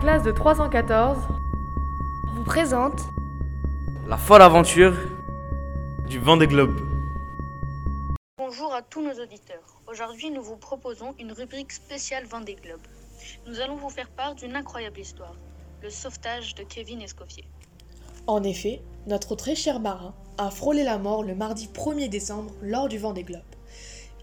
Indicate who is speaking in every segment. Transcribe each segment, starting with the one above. Speaker 1: classe de 314
Speaker 2: vous présente
Speaker 3: La folle aventure du Vendée Globe.
Speaker 4: Bonjour à tous nos auditeurs. Aujourd'hui, nous vous proposons une rubrique spéciale Vendée Globe. Nous allons vous faire part d'une incroyable histoire, le sauvetage de Kevin Escoffier.
Speaker 5: En effet, notre très cher marin a frôlé la mort le mardi 1er décembre lors du vent des globes.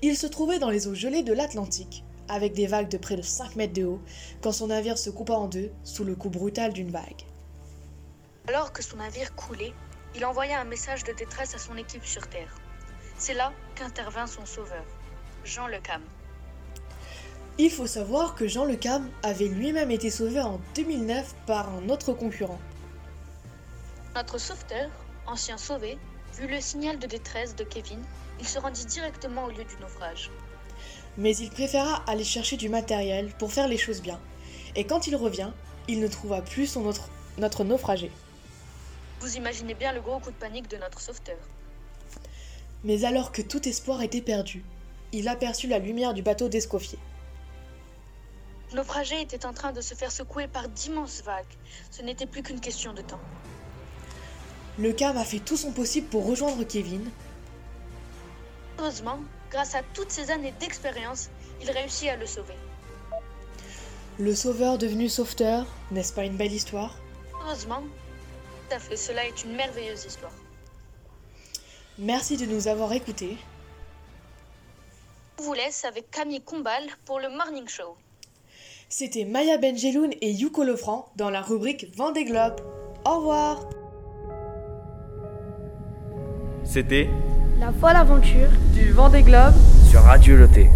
Speaker 5: Il se trouvait dans les eaux gelées de l'Atlantique, avec des vagues de près de 5 mètres de haut, quand son navire se coupa en deux sous le coup brutal d'une vague.
Speaker 4: Alors que son navire coulait, il envoya un message de détresse à son équipe sur Terre. C'est là qu'intervint son sauveur, Jean Le Cam.
Speaker 5: Il faut savoir que Jean Le Cam avait lui-même été sauvé en 2009 par un autre concurrent.
Speaker 4: Notre sauveteur, ancien sauvé, vit le signal de détresse de Kevin, il se rendit directement au lieu du naufrage.
Speaker 5: Mais il préféra aller chercher du matériel pour faire les choses bien. Et quand il revient, il ne trouva plus son autre, notre naufragé.
Speaker 4: Vous imaginez bien le gros coup de panique de notre sauveteur.
Speaker 5: Mais alors que tout espoir était perdu, il aperçut la lumière du bateau d'Escoffier.
Speaker 4: Le naufragé était en train de se faire secouer par d'immenses vagues. Ce n'était plus qu'une question de temps.
Speaker 5: Le cam a fait tout son possible pour rejoindre Kevin.
Speaker 4: Heureusement, grâce à toutes ces années d'expérience, il réussit à le sauver.
Speaker 5: Le sauveur devenu sauveteur, n'est-ce pas une belle histoire
Speaker 4: Heureusement, tout à fait, cela est une merveilleuse histoire.
Speaker 5: Merci de nous avoir écoutés.
Speaker 4: On vous laisse avec Camille Combal pour le Morning Show.
Speaker 5: C'était Maya Benjeloun et Yuko Lefranc dans la rubrique Vendée Globe. Au revoir
Speaker 3: C'était
Speaker 2: La folle aventure
Speaker 1: du Vendée Globe
Speaker 3: sur Radio Loté.